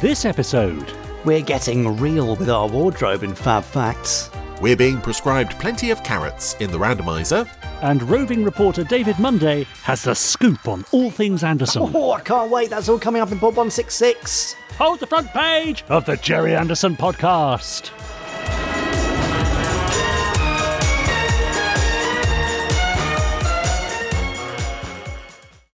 This episode, We're getting real with our wardrobe in Fab Facts. We're being prescribed plenty of carrots in the randomizer. and roving reporter David Munday has the scoop on all things Anderson. Oh, I can't wait. That's all coming up in Pod 166. Hold the front page of the Jerry Anderson podcast.